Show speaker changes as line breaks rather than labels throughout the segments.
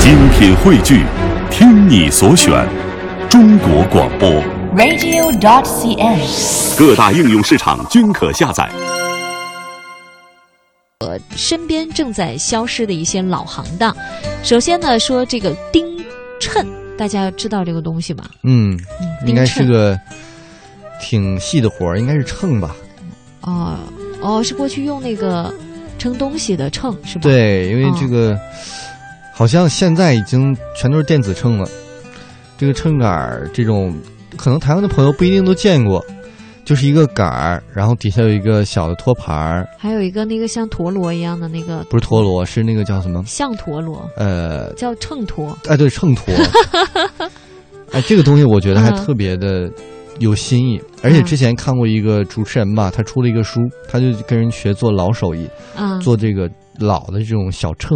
精品汇聚，听你所选，中国广播。
radio.cn。
各大应用市场均可下载。
呃，身边正在消失的一些老行当。首先呢，说这个丁谶，大家知道这个东西吗？
嗯，
嗯，
应该是
丁谶
个挺细的活儿，应该是秤吧？
哦哦，是过去用那个称东西的秤是吧？，
对，因为
哦
这个、好像现在已经全都是电子秤了。这个秤杆儿这种，可能台湾的朋友不一定都见过，就是一个杆儿，然后底下有一个小的托盘儿，
还有一个那个像陀螺一样的那个
不是陀螺，是那个叫什么？
像陀螺，
呃，
叫秤砣。
哎，对，秤 砣。哎，这个东西我觉得还
嗯
特别的有新意，而且
嗯
之前看过一个主持人吧，他出了一个书，他就跟人学做老手艺，
嗯，
做这个老的这种小秤，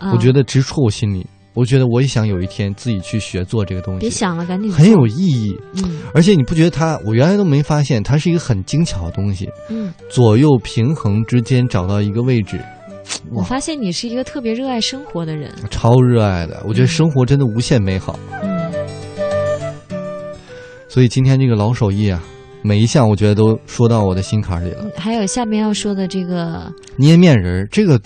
嗯
我觉得直戳我心里。我觉得我也想有一天自己去学做这个东
别
西，
想了，赶紧
很
做
有意义。
嗯
而且你不觉得它，我原来都没发现，它是一个很精巧的东西，
嗯，
左右平衡之间找到一个位置，
我
哇
发现你是一个特别热爱生活的人。
超热爱的。我觉得生活真的无限美好。
嗯，
所以今天这个老手艺啊，每一项我觉得都说到我的心坎里了。
还有下面要说的这个，
捏面人儿这个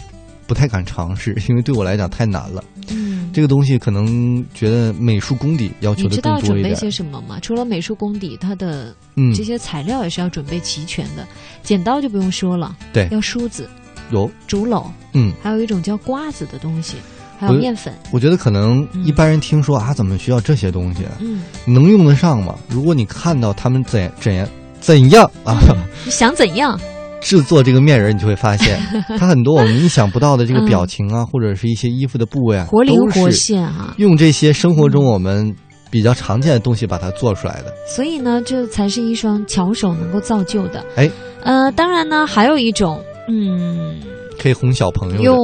不太敢尝试， 因为对我来讲太难了。
嗯，
这个东西可能觉得美术功底要求
你
的
知
更
道
多
准
一
备
点。
些什么吗？除了美术功底，它的
嗯，
这些材料也是要准备齐全的。剪刀就不用说了，
对
要梳子、
有
竹篓，
嗯，
还有一种叫瓜子的东西，还有
我
面粉。
我觉得可能
嗯
一般人听说啊，怎么需要这些东西啊，
嗯，
能用得上吗？如果你看到他们怎怎样怎样啊、
你 想怎样？
制作这个面人，你就会 发现，它很多我们意想不到的这个表情啊，或者是一些衣服的部位啊，
嗯活灵活
都是
现嗯啊！
用这些生活中我们比较常见的东西把它做出来的。
所以呢，这才是一双巧手能够造就的。
哎，
呃，当然呢，还有一种，嗯，
可以哄小朋友的。
用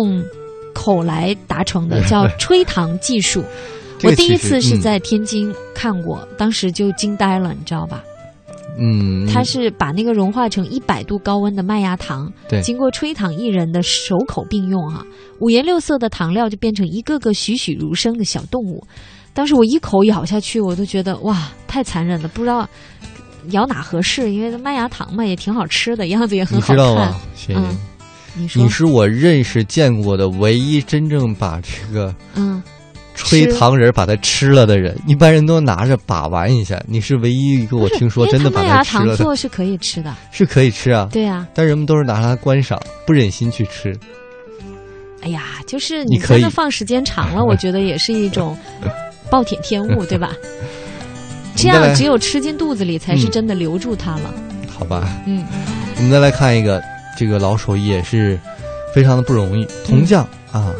口来达成 的，叫吹糖技术。
这
我
个
第一
其实
次
嗯
是在天津看过，当时就惊呆了，你知道吧？
嗯，嗯
它是把那个融化成一百度高温的麦芽糖，
对
经过吹糖艺人的手口并用啊哈、五颜六色的糖料就变成一个个栩栩如生的小动物。当时我一口咬下去，我都觉得哇，太残忍了，不知道咬哪合适，因为麦芽糖嘛也挺好吃的，样子也很
你
好看。
知道吗？雪莹、
嗯你说，
你是我认识见过的唯一真正把这个
嗯，
吹
吃
糖人把它吃了的人，一般人都拿着把玩一下。你是唯一一个我听说
因为
真的
它
把
麦芽
吃
糖
了的，
做是可以吃的，
是可以吃啊，
对呀、
但人们都是拿它观赏，不忍心去吃。
哎呀，就是
你
你
可
在
以
那放时间 长了，我觉得也是一种暴殄天物， 对吧？这
我们再来
样只有吃进肚子里，才是
嗯
真的留住它了。
好吧，
嗯，
我们再来看一个，这个老手艺也是非常的不容易，
嗯
铜匠、啊。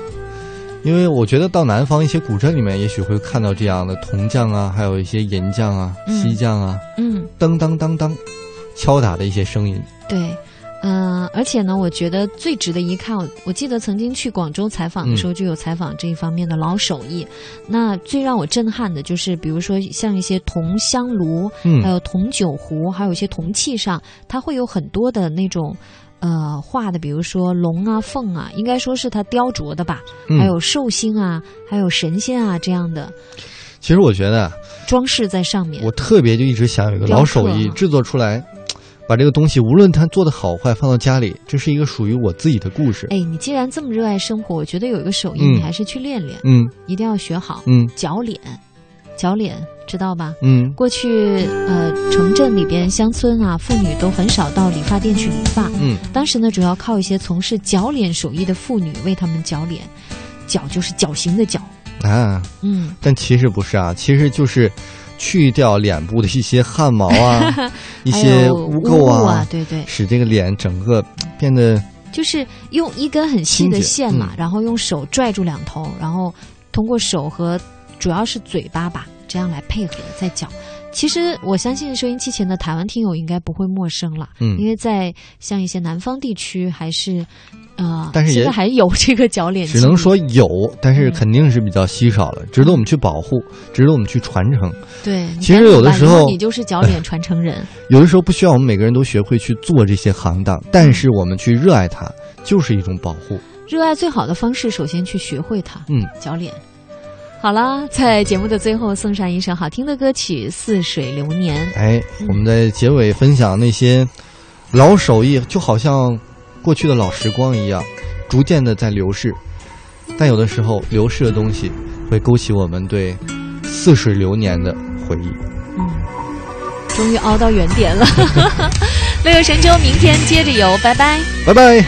因为我觉得到南方一些古镇里面，也许会看到这样的铜匠啊，还有一些银匠啊、
嗯
锡匠啊，
嗯，
当当当当，敲打的一些声音。
对，嗯、而且呢，我觉得最值得一看。我我记得曾经去广州采访的
嗯
时候，就有采访这一方面的老手艺。那最让我震撼的就是，比如说像一些铜香炉，还
嗯，
有铜酒壶，还有一些铜器上，它会有很多的那种。呃，画的比如说龙啊、凤啊，应该说是它雕琢的吧，
嗯
还有寿星啊，还有神仙啊这样的
其实我觉得啊，
装饰在上面
我。特别就一直想有一个老手
雕
艺
刻啊
制作出来，把这个东西无论它做的好坏，放到家里，这是一个属于我自己的故事。
哎，你既然这么热爱生活，我觉得有一个手艺，
嗯
你还是去练练，
嗯
一定要学好。
嗯
铰脸，铰脸知道吧？
嗯
过去呃，城镇里边乡村啊，妇女都很少到理发店去理发。
嗯，
当时呢，主要靠一些从事铰脸手艺的妇女为他们铰脸，铰就是绞刑的绞，
啊，
嗯，
但其实不是啊，其实就是去掉脸部的一些汗 毛啊，一
还
些
有
污
污
垢
啊
啊，，
对对，
使这个脸整个变得
就是用一根很细的线嘛，
清洁嗯
然后用手拽住两头，然后通过手和主要是嘴巴吧，这样来配合再搅。其实我相信收音机前的台湾听友应该不会陌生了，
嗯
因为在像一些南方地区还是，呃，
但是也
现在还有这个铰脸，
只能说有，但是
嗯
肯定是比较稀少了，值得我们去保护，值得我们去传承。
对。
其实有的时候
你看你吧以后你就是铰 脸传承人，
有的时候不需要我们每个人都学会去做这些行当，但是我们去热爱它，就是一种保护。
热爱最好的方式，首先去学会它，
嗯，
铰脸。好啦，在节目的最后送上一首好听的歌曲《似水流年》。
哎，我们在结尾分享那些老手艺，就好像过去的老时光一样，逐渐的在流逝。但有的时候，流逝的东西会勾起我们对似水流年的回忆。
嗯， 终于熬到原点了。乐游神州，明天接着游，拜拜。
拜拜。